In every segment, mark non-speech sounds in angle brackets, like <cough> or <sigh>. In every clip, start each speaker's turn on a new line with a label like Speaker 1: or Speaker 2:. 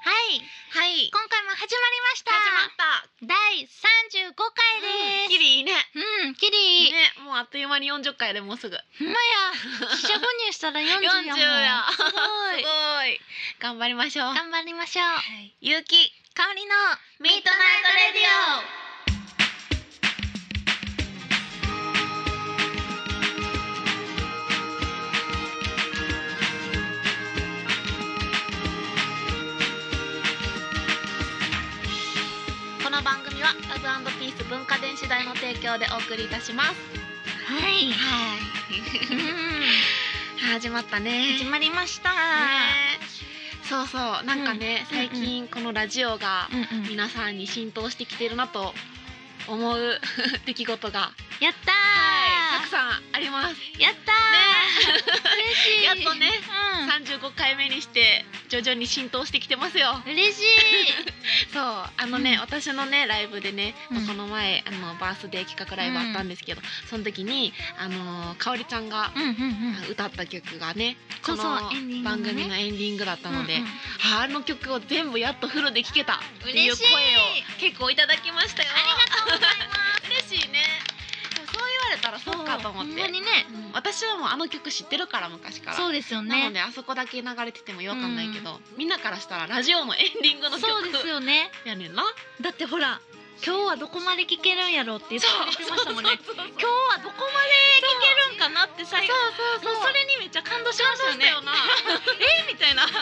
Speaker 1: はい
Speaker 2: はい。
Speaker 1: 今回も始まりました
Speaker 2: 始まった。
Speaker 1: 第35
Speaker 2: う
Speaker 1: 回
Speaker 2: ん
Speaker 1: で
Speaker 2: キリいいね。
Speaker 1: すうんキリ
Speaker 2: ね、もうあっという間に40回でもうすぐ。
Speaker 1: ほんまや四捨五入したら40
Speaker 2: 40
Speaker 1: やもん
Speaker 2: や。
Speaker 1: すご
Speaker 2: す
Speaker 1: い
Speaker 2: ごい。頑張りましょう。
Speaker 1: 頑張りましょう
Speaker 2: はいゆうき、
Speaker 1: 香りの
Speaker 2: ミッドナイトレディオ。この番組はラブピース文化電子代の提供でお送りいたします。
Speaker 1: はい
Speaker 2: はい。
Speaker 1: うん
Speaker 2: 始まったね。
Speaker 1: 始まりました
Speaker 2: ねそうそう、なんかね、
Speaker 1: うん
Speaker 2: 最近このラジオが
Speaker 1: うんうん
Speaker 2: 皆さんに浸透してきてるなと思う <laughs> 出来事が、
Speaker 1: やった
Speaker 2: はい、たく
Speaker 1: ー
Speaker 2: さんあります。
Speaker 1: やったー嬉しい
Speaker 2: やっとね
Speaker 1: うん
Speaker 2: 三十五回目にして徐々に浸透してきてますよ。
Speaker 1: 嬉しい
Speaker 2: そう、あのね、
Speaker 1: うん
Speaker 2: 私のねライブでね、まあ
Speaker 1: うん
Speaker 2: この前あのバースデー企画ライブあったんですけど、その時にあのかおりちゃんが
Speaker 1: うんうんうん
Speaker 2: <laughs> 歌った曲がね、
Speaker 1: そうそう
Speaker 2: こ
Speaker 1: エンディン
Speaker 2: の
Speaker 1: グの
Speaker 2: 番
Speaker 1: ね
Speaker 2: 組のエンディングだったので、
Speaker 1: うんうん
Speaker 2: あの曲を全部やっとフルで聴けたっていう声を
Speaker 1: 嬉しい
Speaker 2: 結構いただきましたよ
Speaker 1: ありがとうございます
Speaker 2: 嬉しいねでもそう言われたらそうかと思っ
Speaker 1: ほん
Speaker 2: て
Speaker 1: まにね
Speaker 2: うん私はもうあの曲知ってるから昔から
Speaker 1: そうですよ
Speaker 2: なの
Speaker 1: ね
Speaker 2: であそこだけ流れてても違和感ないけど、みんなからしたらラジオのエンディングの曲
Speaker 1: そうですよね
Speaker 2: やねんな
Speaker 1: だってほら今日はどこまで聞けるんやろうって言って
Speaker 2: そう
Speaker 1: くれてましたもんね
Speaker 2: そうそうそう
Speaker 1: 今日はどこまで聞けるんかなって最後
Speaker 2: そうそうそう
Speaker 1: もうそれにめっちゃ感動しましたよね
Speaker 2: 感動したよな <laughs> えみたいな
Speaker 1: もう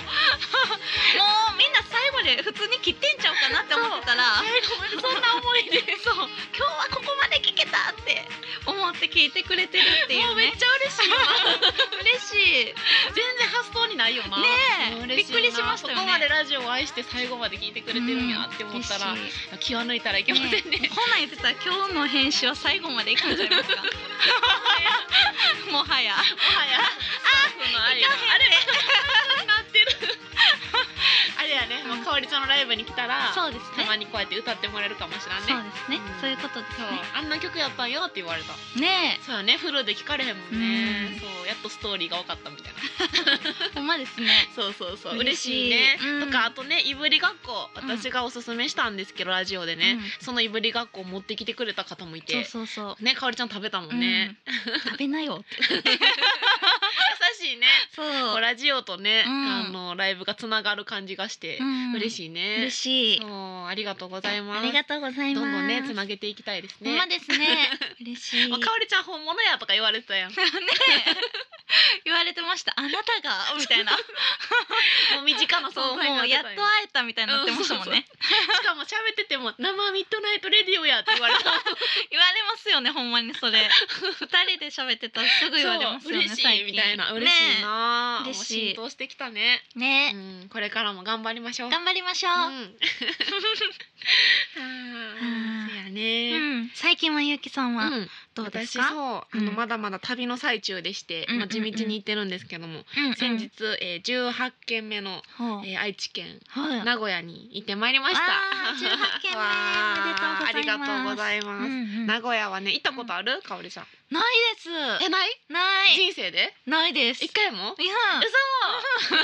Speaker 1: みんな最後で普通に切ってんちゃうかなって思ってたら
Speaker 2: 最後までそんな思いで
Speaker 1: そう今日はここまで聞けたって思って聞いてくれてるってい
Speaker 2: も
Speaker 1: う
Speaker 2: うめっ
Speaker 1: ね
Speaker 2: ちゃ嬉しいよな
Speaker 1: 嬉しい
Speaker 2: <laughs> 全然発想にないよな。
Speaker 1: ねえ
Speaker 2: うん嬉いな
Speaker 1: びっくりしましたよね
Speaker 2: ここまでラジオを愛して最後まで聞いてくれてるんやって思ったら、
Speaker 1: 嬉し
Speaker 2: 気は抜いたらいけ
Speaker 1: い
Speaker 2: ませんね。 <laughs>
Speaker 1: ねこんなん言ってたら今日の編集は最後までいくんじゃないですかもはや
Speaker 2: もはやスタッフの愛があれなってる。 <laughs> あれやね、もうかおりちゃんのライブに来たら、
Speaker 1: そうです
Speaker 2: た
Speaker 1: ね
Speaker 2: まにこうやって歌ってもらえるかもしれ
Speaker 1: そ
Speaker 2: な
Speaker 1: う
Speaker 2: いね。
Speaker 1: ですね
Speaker 2: うん
Speaker 1: そういうことです
Speaker 2: そう、あんな曲やったんよって言われた。
Speaker 1: ねね
Speaker 2: そうやね、フルで聞かれへんもんね。
Speaker 1: うん
Speaker 2: そう、やっとストーリーが多かったみたいな。
Speaker 1: えほんまですね
Speaker 2: そうそうそう、嬉
Speaker 1: 嬉
Speaker 2: し
Speaker 1: し
Speaker 2: い
Speaker 1: い
Speaker 2: ね。
Speaker 1: うん
Speaker 2: とか、あとね、いぶりがっこ、私がおすすめしたんですけど、ラジオでね。
Speaker 1: うん
Speaker 2: そのいぶりがっこを持ってきてくれた方もいて
Speaker 1: そうそうそう
Speaker 2: ねかおりちゃん食べたもんね、
Speaker 1: うん食べなよって
Speaker 2: 優しいね
Speaker 1: <laughs> そう
Speaker 2: こうラジオとね、
Speaker 1: うん
Speaker 2: あのライブがつながる感じがして、嬉
Speaker 1: い
Speaker 2: しいね
Speaker 1: 嬉しい
Speaker 2: そうありがとうございます
Speaker 1: ありがとうございます
Speaker 2: どんどんねつなげていきたいです
Speaker 1: ほん
Speaker 2: ね
Speaker 1: まですね嬉し <laughs> い
Speaker 2: あかおりちゃん本物やとか言われてたやんも
Speaker 1: 言われてましたあなた <laughs> がみたいな
Speaker 2: う身近な存
Speaker 1: そう
Speaker 2: 在に
Speaker 1: も
Speaker 2: な
Speaker 1: う
Speaker 2: て
Speaker 1: やったと
Speaker 2: ん
Speaker 1: 会
Speaker 2: し
Speaker 1: えたみたいになってましたもんね、 <laughs>
Speaker 2: かも喋ってても生ミッドナイトレディオやって
Speaker 1: <laughs>
Speaker 2: 言われた
Speaker 1: 言われますよねほんまにそれ二人で喋ってたらすぐ言われます
Speaker 2: そう
Speaker 1: よね
Speaker 2: 嬉し
Speaker 1: 最
Speaker 2: い
Speaker 1: 近
Speaker 2: みたいな嬉しい
Speaker 1: ね
Speaker 2: な、
Speaker 1: え
Speaker 2: もう
Speaker 1: 嬉しい
Speaker 2: 浸透してきたね、
Speaker 1: ねね
Speaker 2: うん、これからも頑張りましょう
Speaker 1: 頑張りましょ
Speaker 2: うん
Speaker 1: <laughs> う、
Speaker 2: あーそうや
Speaker 1: う
Speaker 2: ね。
Speaker 1: ん最近はゆうきさんは
Speaker 2: うん
Speaker 1: どうです
Speaker 2: 私
Speaker 1: か、
Speaker 2: そうあの
Speaker 1: うん
Speaker 2: まだまだ旅の最中でして、
Speaker 1: うん
Speaker 2: まあ地道に行ってるんですけども、
Speaker 1: うんうん
Speaker 2: 先日えー18軒目の
Speaker 1: ほう
Speaker 2: えー愛知県
Speaker 1: はい
Speaker 2: 名古屋に行ってまいりました
Speaker 1: わあ。18軒目
Speaker 2: <laughs> わあ
Speaker 1: おめでとうございます
Speaker 2: ありがとうございます。
Speaker 1: うんうんない
Speaker 2: 名古屋はね行ったことある？かおりさん。
Speaker 1: です
Speaker 2: えない？
Speaker 1: ない
Speaker 2: 人生で？
Speaker 1: ないです
Speaker 2: 一回も？
Speaker 1: いや
Speaker 2: 嘘。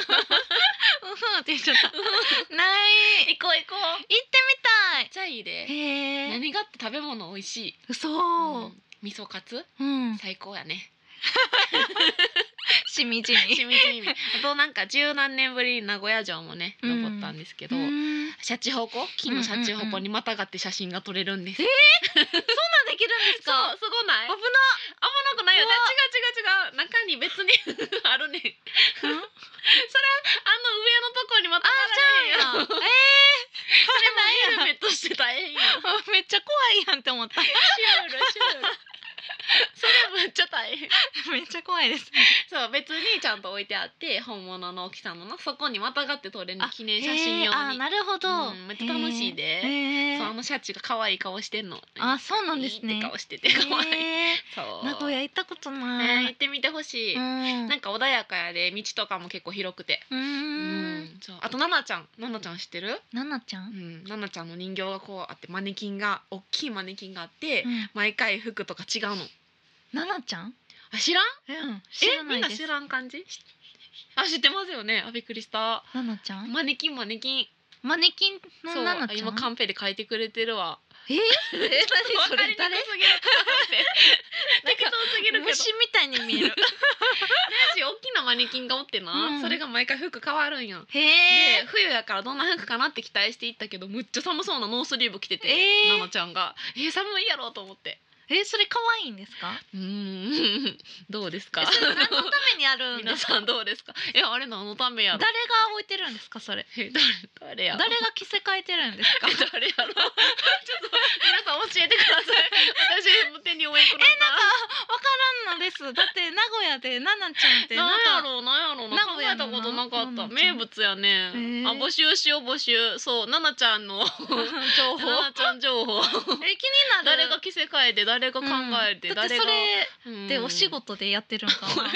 Speaker 1: うふんって言っちゃ
Speaker 2: <laughs>
Speaker 1: ったない行
Speaker 2: 行こう行こう。
Speaker 1: ってみ
Speaker 2: じゃあいいで
Speaker 1: たい。へえ
Speaker 2: 何がって食べ物美味しい。
Speaker 1: 嘘
Speaker 2: うん味噌カツ
Speaker 1: うん
Speaker 2: 最高やね。
Speaker 1: <laughs> しみじみ
Speaker 2: しみじみ <laughs> あとなんか十何年ぶりに名古屋城もね
Speaker 1: うん
Speaker 2: 登ったんですけ
Speaker 1: う
Speaker 2: ど、
Speaker 1: んそんな
Speaker 2: シャチホコ木のシャチホコにまたがって写真が撮れるんです、
Speaker 1: できるんですか
Speaker 2: そうすごない危な危なくないよね違う違う違う中に別に <laughs> あるねん
Speaker 1: うん
Speaker 2: あの上のとこにまたがらへんよ
Speaker 1: えー
Speaker 2: それ <laughs> もヘルメットして大変よ
Speaker 1: めっちゃ怖いやんって思った。
Speaker 2: シュールシュールそれむっちゃ大変
Speaker 1: <laughs> めっちゃ怖いです。
Speaker 2: そう別にちゃんと置いてあって本物の大きさのなそこにまたがって撮れる
Speaker 1: あ
Speaker 2: 記念写真用
Speaker 1: へーあ、
Speaker 2: に
Speaker 1: なるほど。
Speaker 2: うんめっちゃ楽しいで
Speaker 1: へー
Speaker 2: そうあのシャチが可愛い顔してんの。
Speaker 1: あ、そうなんです
Speaker 2: いいっ
Speaker 1: ね
Speaker 2: て。顔してて可愛い。
Speaker 1: へ
Speaker 2: <laughs> そう。
Speaker 1: ー名古屋行ったことな
Speaker 2: ね行
Speaker 1: い
Speaker 2: っ。てみてほしい。
Speaker 1: うん
Speaker 2: なんか穏やかやで道とかも結構広くて。
Speaker 1: うー。
Speaker 2: うんん。そう。あとナナちゃん、ナナちゃん知ってる？
Speaker 1: ななちゃん。う
Speaker 2: う
Speaker 1: ん
Speaker 2: ん。ナナちゃんの人形がこうあってマネキンが大きいマネキンがあって、
Speaker 1: な
Speaker 2: 毎回服とか違うの。
Speaker 1: なちゃん。
Speaker 2: あ知らん？
Speaker 1: うん。知
Speaker 2: え
Speaker 1: ら
Speaker 2: み
Speaker 1: なんい
Speaker 2: な
Speaker 1: です
Speaker 2: 知。らん感じ？しあ知ってますよね。あびっくりした。
Speaker 1: ななちゃん。
Speaker 2: マネキンマネキン。
Speaker 1: マネキン
Speaker 2: そ
Speaker 1: の
Speaker 2: う
Speaker 1: ナナちゃん
Speaker 2: 今カンペで書いてくれてるわ
Speaker 1: えー、え何それ誰
Speaker 2: わかりにくすぎる <laughs>
Speaker 1: なん
Speaker 2: 適当
Speaker 1: か
Speaker 2: すぎるけど
Speaker 1: 虫みたいに見える
Speaker 2: 私大きなマネキンがおってな、
Speaker 1: うん
Speaker 2: それが毎回服変わるんや
Speaker 1: へ
Speaker 2: で
Speaker 1: え
Speaker 2: 冬やからどんな服かなって期待していったけどむっちゃ寒そうなノースリーブ着てて、
Speaker 1: えー
Speaker 2: ナナちゃんが「えー寒いやろ」と思って
Speaker 1: えそれ可愛いんですか
Speaker 2: うーん <laughs> どうですか
Speaker 1: えそれ何のためにあるんで
Speaker 2: 皆 <laughs>
Speaker 1: す
Speaker 2: さ
Speaker 1: か
Speaker 2: んどうですかいやあれ何のためや
Speaker 1: 誰
Speaker 2: ろ
Speaker 1: が置いてるんですかそれ
Speaker 2: え誰誰やろ
Speaker 1: 誰が着せ替えてるんですか
Speaker 2: え誰やろ <laughs> ちょっと皆さん教えてください私も手に負えんくなっ
Speaker 1: あわからんのですだって名古屋でナナちゃんって
Speaker 2: た
Speaker 1: なん
Speaker 2: なんや
Speaker 1: か
Speaker 2: ろうなんやろう
Speaker 1: 名
Speaker 2: な考
Speaker 1: 古
Speaker 2: え
Speaker 1: 屋
Speaker 2: た
Speaker 1: の
Speaker 2: ことなかった
Speaker 1: な
Speaker 2: 名物やね、
Speaker 1: へー
Speaker 2: あ募集しよう募集そうナナちゃんの <laughs>
Speaker 1: 情報
Speaker 2: ナナちゃん情報
Speaker 1: <laughs> え気になる
Speaker 2: 誰が着せ替えて誰が考えて、
Speaker 1: うんだって
Speaker 2: 誰
Speaker 1: そ
Speaker 2: が
Speaker 1: れ
Speaker 2: うん
Speaker 1: でお仕事でやってるん
Speaker 2: <laughs>
Speaker 1: かな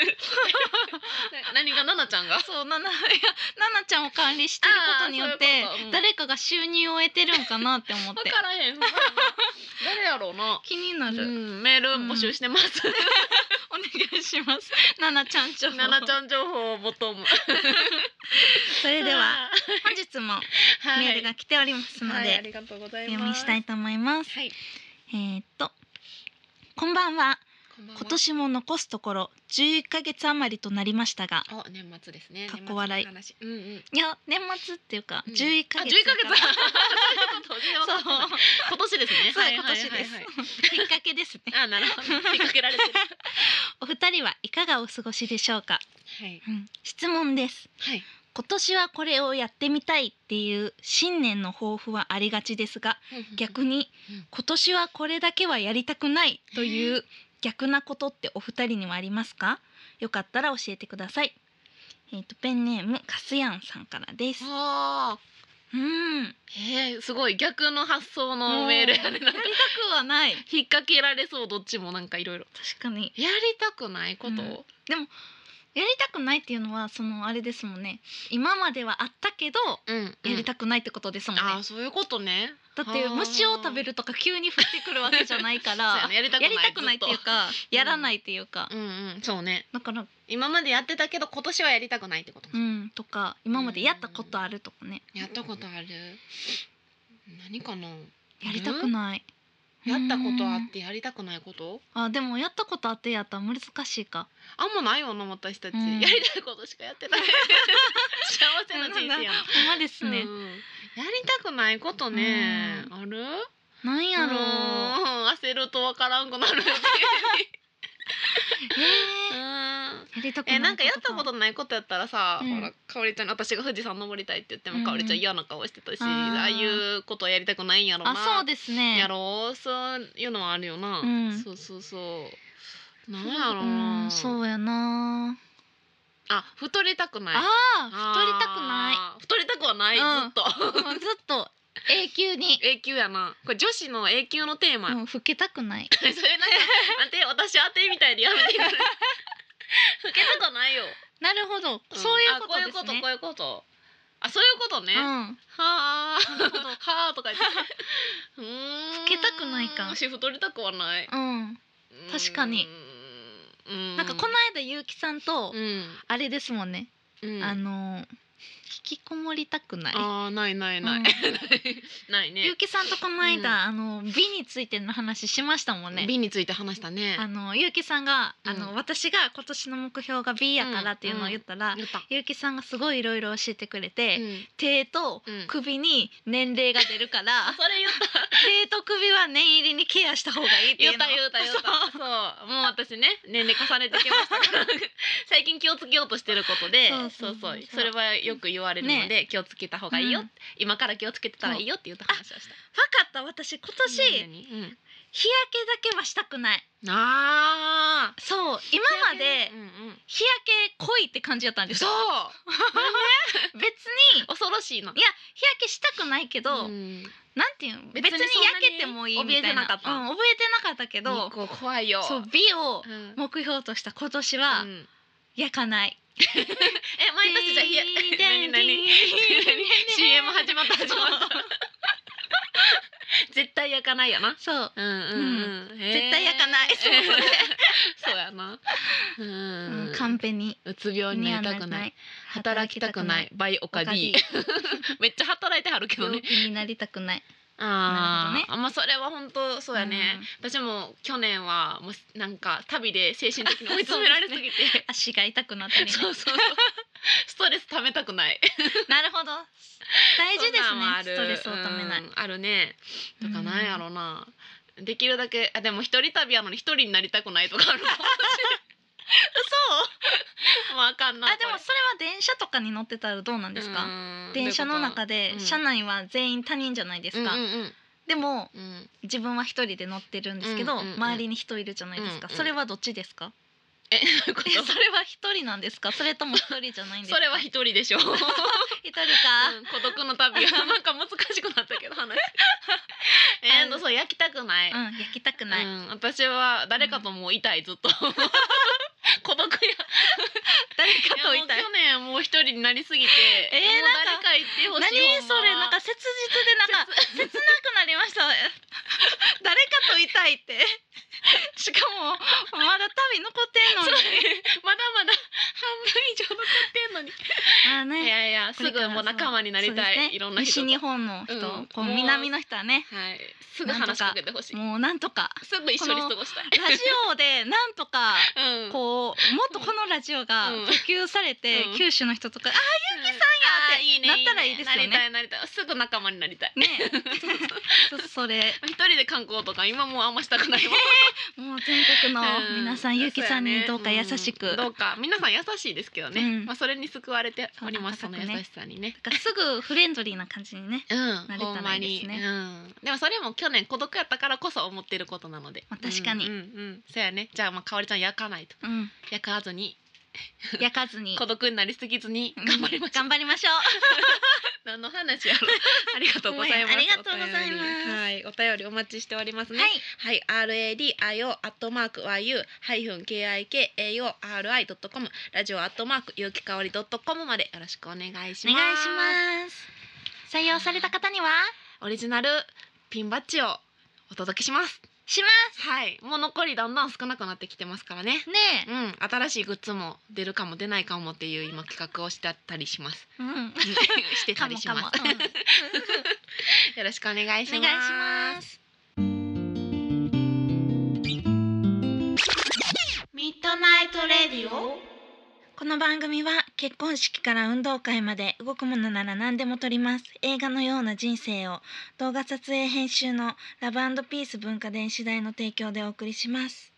Speaker 2: 何がナナちゃんが
Speaker 1: そうナナいやナナちゃんを管理してることによって
Speaker 2: あーそういうことうん
Speaker 1: 誰かが収入を得てるんかなって思っ
Speaker 2: 分
Speaker 1: て
Speaker 2: からへん <laughs> 誰やろうな
Speaker 1: 気になる、
Speaker 2: うんメール募集し
Speaker 1: <laughs>
Speaker 2: てます、
Speaker 1: お願いしますナナちゃん情報
Speaker 2: ナナちゃん情報をボトム
Speaker 1: <laughs> それで
Speaker 2: <laughs>
Speaker 1: は本日も
Speaker 2: はい
Speaker 1: メールが来ておりますので、
Speaker 2: はい、ありがとうございます
Speaker 1: 読みしたいと思います
Speaker 2: はい
Speaker 1: えー、っとこんばんは
Speaker 2: こんばんは
Speaker 1: 今年も残すところ11ヶ月余りとなりましたが
Speaker 2: あ年末ですね
Speaker 1: かっこ笑い
Speaker 2: 年末の話うんうん
Speaker 1: いや年末っていうか
Speaker 2: うん
Speaker 1: 11ヶ月
Speaker 2: あ11ヶ
Speaker 1: だ <laughs> から
Speaker 2: 月そういうこと全然わか
Speaker 1: そう
Speaker 2: ってない今年ですね
Speaker 1: そう、
Speaker 2: はい
Speaker 1: 今
Speaker 2: はい
Speaker 1: 年です、 <laughs>
Speaker 2: はいはい
Speaker 1: きっかけですね
Speaker 2: あなる
Speaker 1: <laughs>
Speaker 2: ほど引っ掛けられてる
Speaker 1: お二人はいかがお過ごしでしょうか、
Speaker 2: はい
Speaker 1: うん質問です
Speaker 2: はい
Speaker 1: 今年はこれをやってみたいっていう新年の抱負はありがちですが逆に
Speaker 2: うん
Speaker 1: 今年はこれだけはやりたくないという逆なことってお二人にはありますかよかったら教えてくださいえっ、とペンネームカスヤンさんからです
Speaker 2: ああ
Speaker 1: うん
Speaker 2: へえすごい逆の発想のメールや
Speaker 1: も
Speaker 2: ね
Speaker 1: うや
Speaker 2: なん
Speaker 1: り
Speaker 2: か
Speaker 1: たくはない
Speaker 2: 引っ掛けられそうどっちもなんかいろいろ
Speaker 1: <laughs> 確かに
Speaker 2: やりたくないこと、
Speaker 1: うんやりたくないっていうのはそのあれですもんね今まではあったけど
Speaker 2: うん
Speaker 1: やり
Speaker 2: く
Speaker 1: たくないってことですもんね、
Speaker 2: ああそういうことね
Speaker 1: だって
Speaker 2: あー
Speaker 1: 虫を食べるとか急に降ってくるわけじゃないか
Speaker 2: <laughs> そう
Speaker 1: ら
Speaker 2: やねやりたくな
Speaker 1: や
Speaker 2: い
Speaker 1: りたくないっていうか
Speaker 2: と
Speaker 1: やらないっていうか
Speaker 2: ずっとうんうんそうね
Speaker 1: だから
Speaker 2: 今までやってたけど今年はやりたくないってこと、
Speaker 1: うんとか今までやったことあるとかね
Speaker 2: やったことある何かな
Speaker 1: やりたくない
Speaker 2: やったことあ
Speaker 1: うん
Speaker 2: ってやりたくないこと
Speaker 1: あでもやったことあってやったら難しいか
Speaker 2: あんまないよな私たち、
Speaker 1: うん
Speaker 2: やりたいことしかやっ
Speaker 1: <laughs>
Speaker 2: てない幸せな人生やな
Speaker 1: ほんまですね、
Speaker 2: うんやりたくないことね、ある
Speaker 1: なんやろう
Speaker 2: うん焦るとわからん
Speaker 1: <laughs>
Speaker 2: くなる
Speaker 1: え
Speaker 2: うん
Speaker 1: ーやりたくない
Speaker 2: えなんかやったこととないことやったらさ、
Speaker 1: うん
Speaker 2: ほらかおりちゃん私が富士山登りたいって言って
Speaker 1: うんう
Speaker 2: も
Speaker 1: ん
Speaker 2: かおりちゃん嫌な顔してたし、
Speaker 1: あー
Speaker 2: ああいうことはやりたくないんやろな
Speaker 1: あそうですね
Speaker 2: やろうそういうのはあるよな、
Speaker 1: うん
Speaker 2: そうそうそうなんやろうな、
Speaker 1: んそうやな
Speaker 2: あ太りたくない
Speaker 1: ああ太りたくない
Speaker 2: い太りたくはない、
Speaker 1: うん
Speaker 2: ずっと <laughs>
Speaker 1: もうずっと永久に、
Speaker 2: 永久やなこれ女子の永久のテーマ、
Speaker 1: うん、老けたくない
Speaker 2: <laughs> そ
Speaker 1: <laughs>
Speaker 2: れなんか待って私当てみたいでやめてくれ老けたくないよ、
Speaker 1: なるほど、
Speaker 2: ん
Speaker 1: そういうこと
Speaker 2: あ
Speaker 1: ですね
Speaker 2: こういうことこういうことあそういうことね、は
Speaker 1: うん
Speaker 2: あ
Speaker 1: なるほど
Speaker 2: <laughs> はあと
Speaker 1: <laughs>
Speaker 2: か言ってうーん
Speaker 1: 老けたくないか
Speaker 2: し太りたくはない
Speaker 1: うん、確かに
Speaker 2: うーん
Speaker 1: なんかこの間ゆうきさんと、
Speaker 2: うん、
Speaker 1: あれですもんね、
Speaker 2: うん、
Speaker 1: あの引きこもりたくない
Speaker 2: あーないないない、
Speaker 1: うん
Speaker 2: <laughs> ない
Speaker 1: ゆう
Speaker 2: ね
Speaker 1: きさんとこの間、あの美についての話しましたもんね
Speaker 2: 美について話したね
Speaker 1: あのゆうきさんが、
Speaker 2: うん
Speaker 1: あの私が今年の目標が美やからっていうのを言ったら、
Speaker 2: 言った
Speaker 1: ゆうきさんがすごいいろいろ教えてくれて、
Speaker 2: うん
Speaker 1: 手と
Speaker 2: うん
Speaker 1: 首に年齢が出るから、
Speaker 2: <laughs> それ言った
Speaker 1: 手と首は念入りにケアした方がいいってい
Speaker 2: 言
Speaker 1: う
Speaker 2: っ
Speaker 1: の
Speaker 2: た言った言ったそうもう私ね年齢重ねてきましたから
Speaker 1: <laughs>
Speaker 2: 最近気をつけようとしてることで
Speaker 1: そう
Speaker 2: そ
Speaker 1: そうう
Speaker 2: そう
Speaker 1: そう
Speaker 2: それはよく言われるので気をつけた方がいいよ
Speaker 1: うん
Speaker 2: 今から気をつけてたらいいよって言った話をした
Speaker 1: 分かった私今年日焼
Speaker 2: 何々
Speaker 1: けだけはしたくない
Speaker 2: うんあー
Speaker 1: そう今まで
Speaker 2: うんうん
Speaker 1: 日焼け濃いって感じだったんです
Speaker 2: そ
Speaker 1: よ
Speaker 2: う
Speaker 1: 別に
Speaker 2: 恐ろしいない
Speaker 1: や日焼けしたくないけど、
Speaker 2: うん
Speaker 1: なんていうの
Speaker 2: 別
Speaker 1: 別
Speaker 2: に
Speaker 1: に
Speaker 2: そんなに
Speaker 1: 焼けてもいいみたいな
Speaker 2: 怯えてなかった
Speaker 1: うん、覚えてなかったけど
Speaker 2: 日光怖いよ
Speaker 1: そう美を
Speaker 2: うん
Speaker 1: 目標とした今年
Speaker 2: う
Speaker 1: は
Speaker 2: ん
Speaker 1: 焼かない、
Speaker 2: え毎年じゃあ日焼 <laughs> け何何 CM 始まった始まった絶対焼かないよな。
Speaker 1: そう
Speaker 2: うんうんうん。
Speaker 1: 絶対焼かない
Speaker 2: へー
Speaker 1: そうね
Speaker 2: そうやな。うん
Speaker 1: うんカンペに
Speaker 2: うつ病になりたくない。働きたくない。バイオカディ。 <laughs> めっちゃ働いてはるけど
Speaker 1: 病 <laughs>
Speaker 2: ね。
Speaker 1: 気になりたくない
Speaker 2: あ
Speaker 1: な
Speaker 2: ー
Speaker 1: るほ
Speaker 2: あ、まあそれは本当そうやね。私も去年はもうなんか旅で精神的に追い詰められすぎて。
Speaker 1: 足が痛くなったりね
Speaker 2: そうそう <laughs> そう。ストレス溜めたくない。
Speaker 1: なるほど大事で
Speaker 2: そんなんはあ
Speaker 1: すね
Speaker 2: る
Speaker 1: ストレスをためない
Speaker 2: うんあるね。とかなんや
Speaker 1: う
Speaker 2: ろな。できるだけあでも一人旅やのに一人になりたくないとかあるかもし
Speaker 1: <laughs>
Speaker 2: れんまああかんな。
Speaker 1: あでもそれは電車とかに乗ってたらどうなんですか
Speaker 2: か
Speaker 1: 電車の中で
Speaker 2: でうん
Speaker 1: 車内は全員他人じゃないですか、
Speaker 2: うんうん
Speaker 1: でも
Speaker 2: うんうん
Speaker 1: 自分は一人で乗ってるんですけど、
Speaker 2: うんうんうん
Speaker 1: 周りに人いるじゃないですか、
Speaker 2: うんうん
Speaker 1: それはどっちですか、
Speaker 2: えどういうこ
Speaker 1: <laughs> え
Speaker 2: と
Speaker 1: それは一人なんですかそれとも一人じゃないんですか
Speaker 2: それは一人でし
Speaker 1: <laughs>
Speaker 2: ょ。
Speaker 1: 一人か、
Speaker 2: うん孤独の旅が
Speaker 1: <laughs>
Speaker 2: なんか難しくなったけど話えーっとそう焼きたくない、
Speaker 1: うん焼きたくない、
Speaker 2: うん私は誰かともういたいずっ
Speaker 1: <laughs>
Speaker 2: と <laughs> 孤独や
Speaker 1: 誰かといたい
Speaker 2: やもう去年もう一人になりすぎて、
Speaker 1: <laughs> えー
Speaker 2: もう
Speaker 1: なん
Speaker 2: 誰か行ってほ
Speaker 1: 何
Speaker 2: しい
Speaker 1: それなんか切実でなん
Speaker 2: <laughs>
Speaker 1: か切なくなりました <laughs> 誰かといたいってしかもまだ旅残ってんのに
Speaker 2: まだまだ半分以上残ってんのに、
Speaker 1: まあ
Speaker 2: い
Speaker 1: ね
Speaker 2: やいやす
Speaker 1: これか
Speaker 2: ぐ
Speaker 1: ら
Speaker 2: もう仲間になりた
Speaker 1: そうです
Speaker 2: い、
Speaker 1: ね
Speaker 2: いろんな人
Speaker 1: 西
Speaker 2: と
Speaker 1: 日本の人、
Speaker 2: うん
Speaker 1: こう
Speaker 2: もう
Speaker 1: 南の人はね
Speaker 2: はいすぐ話しかけてほしい
Speaker 1: もうなんと
Speaker 2: <laughs>
Speaker 1: か
Speaker 2: すぐ一緒に過ごしたい
Speaker 1: ラジオでなんとか
Speaker 2: うん
Speaker 1: こうもっとこのラジオが
Speaker 2: うん
Speaker 1: 普及されて、
Speaker 2: うん
Speaker 1: 九州の人とかあ
Speaker 2: ゆきさんや
Speaker 1: ってなったらいいですよね
Speaker 2: なりたいなりたいすぐ仲間になりたい
Speaker 1: ね
Speaker 2: <laughs>
Speaker 1: ちょっとそれ
Speaker 2: 一人で観光とか今もうあんましたくないわ
Speaker 1: もう全国の
Speaker 2: うん
Speaker 1: 皆さん、 <laughs> ゆうきさんにどうか優しく、
Speaker 2: そ
Speaker 1: な
Speaker 2: うやねうん
Speaker 1: ん
Speaker 2: どうか皆さん優しいですけどね、
Speaker 1: うん
Speaker 2: まあそれに救われております
Speaker 1: そ
Speaker 2: そうの
Speaker 1: 温かくね
Speaker 2: 優しさにね
Speaker 1: かすぐフレンドリーな感じにね
Speaker 2: うん、
Speaker 1: れたらいいですね
Speaker 2: ほんまにうん、でもそれも去年孤独やったからこそ思ってることなので、
Speaker 1: まあ確かに
Speaker 2: うんうん、うんそうやねじゃあまあかおりちゃん焼かないと
Speaker 1: うん
Speaker 2: 焼かずに
Speaker 1: 焼かずに
Speaker 2: 孤独になりすぎずに
Speaker 1: うん
Speaker 2: 頑張りましょう、
Speaker 1: 頑張りましょう
Speaker 2: 何の話やろありがとうございます
Speaker 1: <laughs> ありがとうございます
Speaker 2: お便りはいお便りお待ちしておりますね
Speaker 1: はい
Speaker 2: はい、RADIO アットマーク YU ハイフン KIKAORI ドットコムラジオアットマーク有機香りドットコムまでよろしくお願いし
Speaker 1: お
Speaker 2: ます。
Speaker 1: 願いします採用された方には
Speaker 2: オリジナルピンバッジをお届けします。
Speaker 1: しま
Speaker 2: はい、もう残りだんだん少なくなってきてますからね。
Speaker 1: すね
Speaker 2: うん、新しいグッズも出るかも出ないかもっていう今企画をしてたりし
Speaker 1: <laughs>
Speaker 2: ます。
Speaker 1: えうん
Speaker 2: してた
Speaker 1: か
Speaker 2: り
Speaker 1: も
Speaker 2: し
Speaker 1: かも、う
Speaker 2: ま
Speaker 1: ん
Speaker 2: す。よろしくお願いします。
Speaker 1: お願いしますミ
Speaker 2: <laughs>
Speaker 1: ッドナイトレディオこの番組は結婚式から運動会まで動くものなら何でも撮ります映画のような人生を動画撮影編集のラブピース文化電子台の提供でお送りします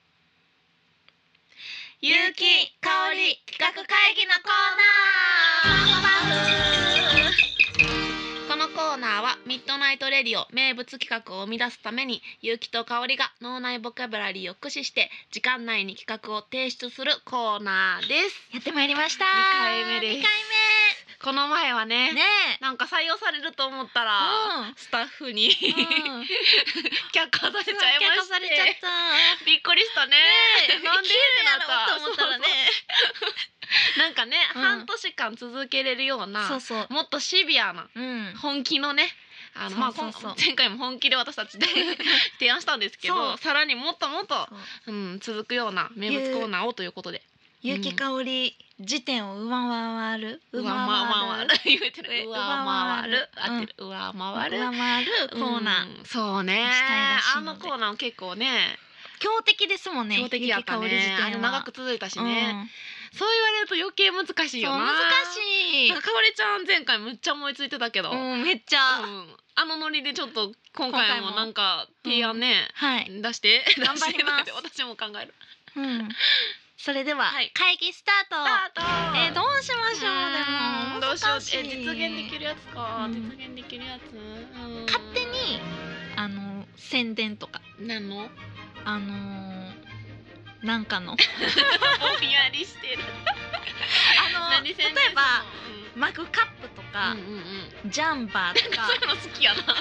Speaker 2: 有機香り企画会
Speaker 1: 議のコーナー
Speaker 2: このコーナーはミッドナイトレディオ名物企画を生み出すために結城と香りが脳内ボキャブラリーを駆使して時間内に企画を提出するコーナーです
Speaker 1: やってまいりました
Speaker 2: 二回目です
Speaker 1: 二回
Speaker 2: この前はね
Speaker 1: 目ね
Speaker 2: なんか採用されると思ったら、
Speaker 1: うん
Speaker 2: スタッフに
Speaker 1: え、
Speaker 2: 却 <laughs>
Speaker 1: うん却下されちゃっ
Speaker 2: 下されちゃいまして
Speaker 1: た
Speaker 2: びっくりしたね
Speaker 1: ねえ
Speaker 2: なんで
Speaker 1: いけるやろと思
Speaker 2: って
Speaker 1: った
Speaker 2: な
Speaker 1: らね
Speaker 2: そうそうなんかね、
Speaker 1: うん
Speaker 2: 半年間続けれるような
Speaker 1: そうそう
Speaker 2: もっとシビアな
Speaker 1: うん
Speaker 2: 本気のねあのまあ
Speaker 1: そうそうそう
Speaker 2: こん前回も本気で私たちで提案したんですけ
Speaker 1: そう
Speaker 2: どさらにもっともっと、うん、続くような名物コーナーをということで
Speaker 1: 結城香織辞典を上回る
Speaker 2: 「うわまわる」言えてる「う
Speaker 1: う
Speaker 2: わ
Speaker 1: わ
Speaker 2: まわ
Speaker 1: 回
Speaker 2: る
Speaker 1: る」
Speaker 2: 合ってる「うわまわる」
Speaker 1: 上回るコーナー
Speaker 2: うんそうね
Speaker 1: したいらし
Speaker 2: あ
Speaker 1: いの
Speaker 2: の
Speaker 1: で
Speaker 2: コーナー結構ね
Speaker 1: 強敵ですもんね
Speaker 2: 強敵やった
Speaker 1: 結城
Speaker 2: ね
Speaker 1: 香織辞
Speaker 2: あれ
Speaker 1: 典は
Speaker 2: 長く続いたしね、
Speaker 1: ね
Speaker 2: そう言われると余計難しい
Speaker 1: そう
Speaker 2: よな
Speaker 1: 難しい
Speaker 2: なんかおりちゃん前回むっちゃ思いついてたけど、
Speaker 1: うんめっちゃ
Speaker 2: うんあのノリでちょっと今
Speaker 1: 今
Speaker 2: 回
Speaker 1: 回
Speaker 2: も
Speaker 1: も
Speaker 2: なんか提案ね、
Speaker 1: はい
Speaker 2: <laughs> 出して
Speaker 1: 頑張ります
Speaker 2: 出して私も考える
Speaker 1: うんそれでは
Speaker 2: はい
Speaker 1: 会議スタートえーど
Speaker 2: う
Speaker 1: うしましょうでも
Speaker 2: どうしよう
Speaker 1: 難しい
Speaker 2: え実現できるやつか、
Speaker 1: うん
Speaker 2: 実現できるやつ、うん
Speaker 1: 勝手にあの宣伝とか <laughs>
Speaker 2: 何のぼん
Speaker 1: あのーなんか
Speaker 2: <laughs>
Speaker 1: の
Speaker 2: やりしてる
Speaker 1: あの例え
Speaker 2: 何宣伝するの
Speaker 1: ばマグカップとか
Speaker 2: うん、うんうんうん
Speaker 1: ジャンバーとか
Speaker 2: <laughs> そういうの好きやな
Speaker 1: こ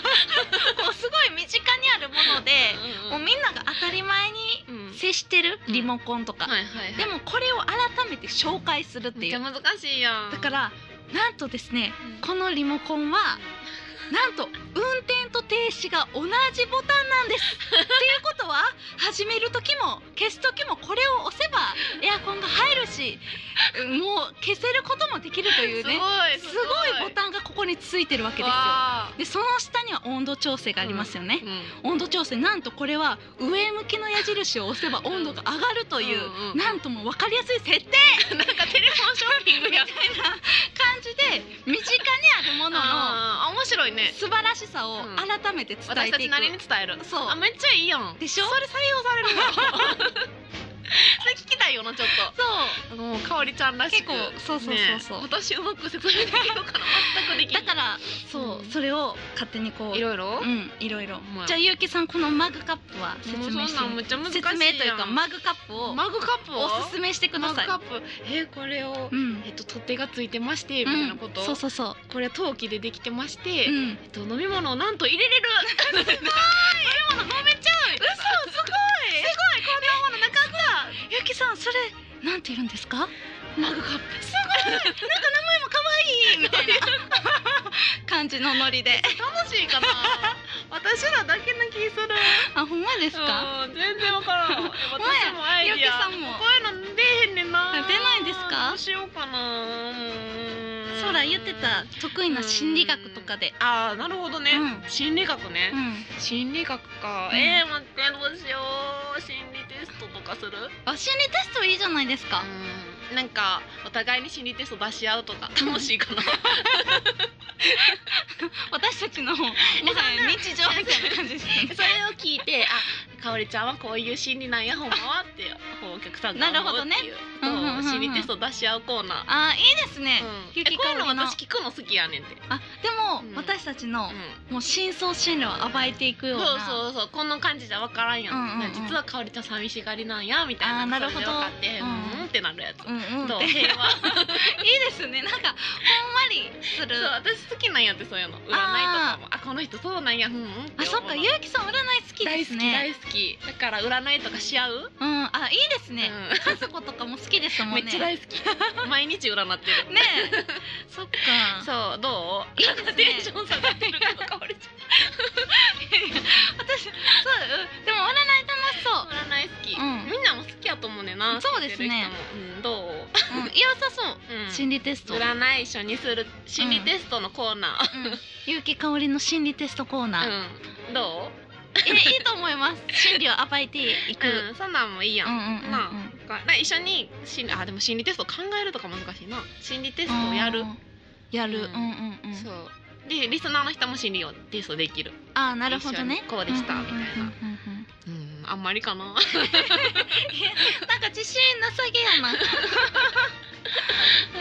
Speaker 1: うすごい身近にあるもので、もうみんなが当たり前に
Speaker 2: うんうん
Speaker 1: 接してるリモコンとか、
Speaker 2: はいはいはい
Speaker 1: でもこれを改めて紹介するって
Speaker 2: めっ
Speaker 1: い
Speaker 2: ちゃ
Speaker 1: う
Speaker 2: 難しいやん
Speaker 1: だからなんとですね
Speaker 2: うん
Speaker 1: このリモコンはなんと運転と停止が同じボタンなんですっていうことは始める時も消す時もこれを押せばエアコンが入るしもう消せることもできるというね
Speaker 2: い
Speaker 1: すごいボ
Speaker 2: ン
Speaker 1: タンがここについてるわけですよ
Speaker 2: わー
Speaker 1: でその下には温度調整がありますよね、
Speaker 2: うん
Speaker 1: 温度調整なんとこれは上向きの矢印を押せば温度が上がるという、
Speaker 2: うんうんうん
Speaker 1: なんとも分かりやすい設定
Speaker 2: <laughs> なんかテレフォンショッピング
Speaker 1: みた
Speaker 2: や
Speaker 1: いな感じで身近にあるものの
Speaker 2: あー面白いね
Speaker 1: 素晴らしさを改めて伝
Speaker 2: 私
Speaker 1: え
Speaker 2: た
Speaker 1: て
Speaker 2: ち
Speaker 1: いく、
Speaker 2: なりに伝える
Speaker 1: そう
Speaker 2: あめっちゃいいやん
Speaker 1: でしょ
Speaker 2: それ採用されるのそれ聞きたいよなちょっ
Speaker 1: そう
Speaker 2: ともうかおりちゃんらしく
Speaker 1: 結構そうそうそうそう
Speaker 2: ね私うまく説明できるかな全くできな
Speaker 1: だか
Speaker 2: い
Speaker 1: らそう、
Speaker 2: うん
Speaker 1: それを勝手にこう
Speaker 2: いろいろ
Speaker 1: うんいろいろ、
Speaker 2: まあ
Speaker 1: じゃあゆうきさんこのマグカップは説
Speaker 2: もうそん
Speaker 1: 明して
Speaker 2: なんむっちゃ難しい
Speaker 1: 説
Speaker 2: やん
Speaker 1: 明というかマグカップを
Speaker 2: マグカップを
Speaker 1: おすすめしてくだ
Speaker 2: マグ
Speaker 1: さい
Speaker 2: カップえーこれを
Speaker 1: うん
Speaker 2: えっと取っ手がついてましてみたいなこと
Speaker 1: うんそうそうそ
Speaker 2: これは陶器でできてまして
Speaker 1: う、うん、
Speaker 2: えっと飲み物をなんと入れれる飲み物飲めちゃう嘘すごいすごいこんなものなかった
Speaker 1: ゆうきさんそれなんて言うんですか
Speaker 2: マグカップすごい
Speaker 1: いいみたいな <laughs> 感じのノリで
Speaker 2: <laughs> 楽しいかな私らだけな気する
Speaker 1: あほんまですか
Speaker 2: うん全然わからん私もアイ
Speaker 1: ゆう
Speaker 2: デ
Speaker 1: き
Speaker 2: ィア
Speaker 1: さんも
Speaker 2: こういうの出へんねんな
Speaker 1: 出ないんですか
Speaker 2: どうしようかなうん
Speaker 1: そうだ言ってた得意な心理学とかで
Speaker 2: ああなるほどね、
Speaker 1: う
Speaker 2: 心理学ね、
Speaker 1: うん
Speaker 2: 心理学か、
Speaker 1: うん
Speaker 2: えー、待ってどうしよう心理テストとかする
Speaker 1: あ心理テストいいじゃないですか
Speaker 2: うんなんかお互いに心理テスト出し合うとか楽しいかな
Speaker 1: 私たちのも
Speaker 2: <laughs>
Speaker 1: はや日常みたいな感じですよね
Speaker 2: それを聞いてあかおりちゃんはこういう心理なんやほんまはってお客さんが
Speaker 1: なる
Speaker 2: 思
Speaker 1: ほ
Speaker 2: う
Speaker 1: ど
Speaker 2: っ
Speaker 1: ね
Speaker 2: ていう
Speaker 1: うんうんうんうん
Speaker 2: そう心理テスト出し合うコーナー、
Speaker 1: あいいですね
Speaker 2: うん、
Speaker 1: ゆ
Speaker 2: え
Speaker 1: き
Speaker 2: こ
Speaker 1: かお
Speaker 2: うい
Speaker 1: り
Speaker 2: う
Speaker 1: の
Speaker 2: の私聞くの好きやねんて、う
Speaker 1: あで
Speaker 2: う
Speaker 1: も
Speaker 2: ん
Speaker 1: 私たちの
Speaker 2: ん、
Speaker 1: もう真相心理を暴いていくよう
Speaker 2: そう
Speaker 1: な
Speaker 2: そうそうこんな感じじゃ分からんやん,、
Speaker 1: うんうんうん
Speaker 2: 実はかおりちゃん寂しがりなんやみたいな
Speaker 1: あーなるほど
Speaker 2: それで分かって
Speaker 1: うん
Speaker 2: うんってなるやつ、
Speaker 1: うんうん
Speaker 2: どう
Speaker 1: っていい
Speaker 2: 平和 <laughs> そう
Speaker 1: ですねなんかほんまりする
Speaker 2: 私好きなんやってそういうの占いとかもあこの人そうなんやうんうんて思う
Speaker 1: あそっかゆうきさん占い好きですね
Speaker 2: 大好き大好きだから占いとかし合う、
Speaker 1: うんあいいですね
Speaker 2: う
Speaker 1: 家族とかも好きです
Speaker 2: ん
Speaker 1: もん
Speaker 2: め
Speaker 1: ね
Speaker 2: っちゃ大
Speaker 1: <laughs>
Speaker 2: 好き毎日占ってる
Speaker 1: ねえそっか
Speaker 2: そうどう
Speaker 1: いいですね
Speaker 2: テンション下がってるけどかおりちゃん
Speaker 1: <laughs> 私そううんでも占い楽しそ
Speaker 2: 占い好き、
Speaker 1: うん
Speaker 2: みんなも好きやと思うねんな
Speaker 1: そうですね
Speaker 2: 好きしてる人もう
Speaker 1: う、う
Speaker 2: ん、どう、
Speaker 1: ん、良さそう
Speaker 2: うん
Speaker 1: 心理テスト、うん、
Speaker 2: 占い書にする心理テストのコーナー。
Speaker 1: 結城かおりの心理テストコーナー、
Speaker 2: うん、ど
Speaker 1: えいい <laughs> と思います心理を暴いていく、
Speaker 2: う、うん、そんなんもいいや
Speaker 1: うんうん
Speaker 2: ん。
Speaker 1: うんうん
Speaker 2: なかな一緒に心理あでも心理テスト考えるとか難しいな心理テストをやる、
Speaker 1: あーやる、う
Speaker 2: うんん、
Speaker 1: うんうん
Speaker 2: そうでリスナーの人も心理をテストできる
Speaker 1: ああなるほどね
Speaker 2: 一緒にこうでした
Speaker 1: んんんうんうん
Speaker 2: うんあんまりか
Speaker 1: い
Speaker 2: な
Speaker 1: や <laughs> なんか自信なさげ
Speaker 2: <laughs>
Speaker 1: やな
Speaker 2: うん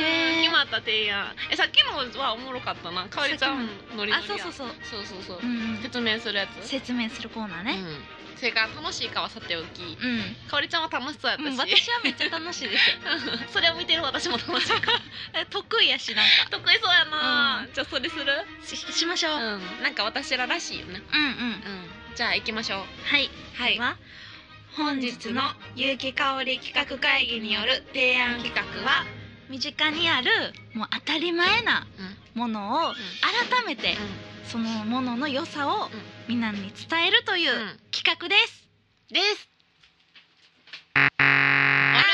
Speaker 1: へえ
Speaker 2: 決まった提案えさっきのはおもろかったなかおりちゃんのりのりや
Speaker 1: あそうそうそう、
Speaker 2: そうそうそう
Speaker 1: うんうん、
Speaker 2: 説明するやつ
Speaker 1: 説明するコーナーね
Speaker 2: うん、それから楽しいかはさておき
Speaker 1: うん、
Speaker 2: かおりちゃんは楽しそうやったし、
Speaker 1: うん、私はめっちゃ楽しいですよ
Speaker 2: <laughs> それを見てる私も楽しいから
Speaker 1: え得意やしなんか
Speaker 2: <laughs> 得意そうやな、
Speaker 1: う
Speaker 2: じゃあそれする
Speaker 1: ししましょう、うん、うん
Speaker 2: んなんか私ららしいよね
Speaker 1: うん
Speaker 2: うんじゃあ行きましょう
Speaker 1: はい
Speaker 2: は
Speaker 1: では本日の
Speaker 2: 有機香り企画会議による提案企画は、
Speaker 1: 身近にあるもう当たり前な
Speaker 2: うん
Speaker 1: ものを改めてそのものの良さをみんなに伝えるという
Speaker 2: うん
Speaker 1: 企画です。
Speaker 2: ですあれなんでや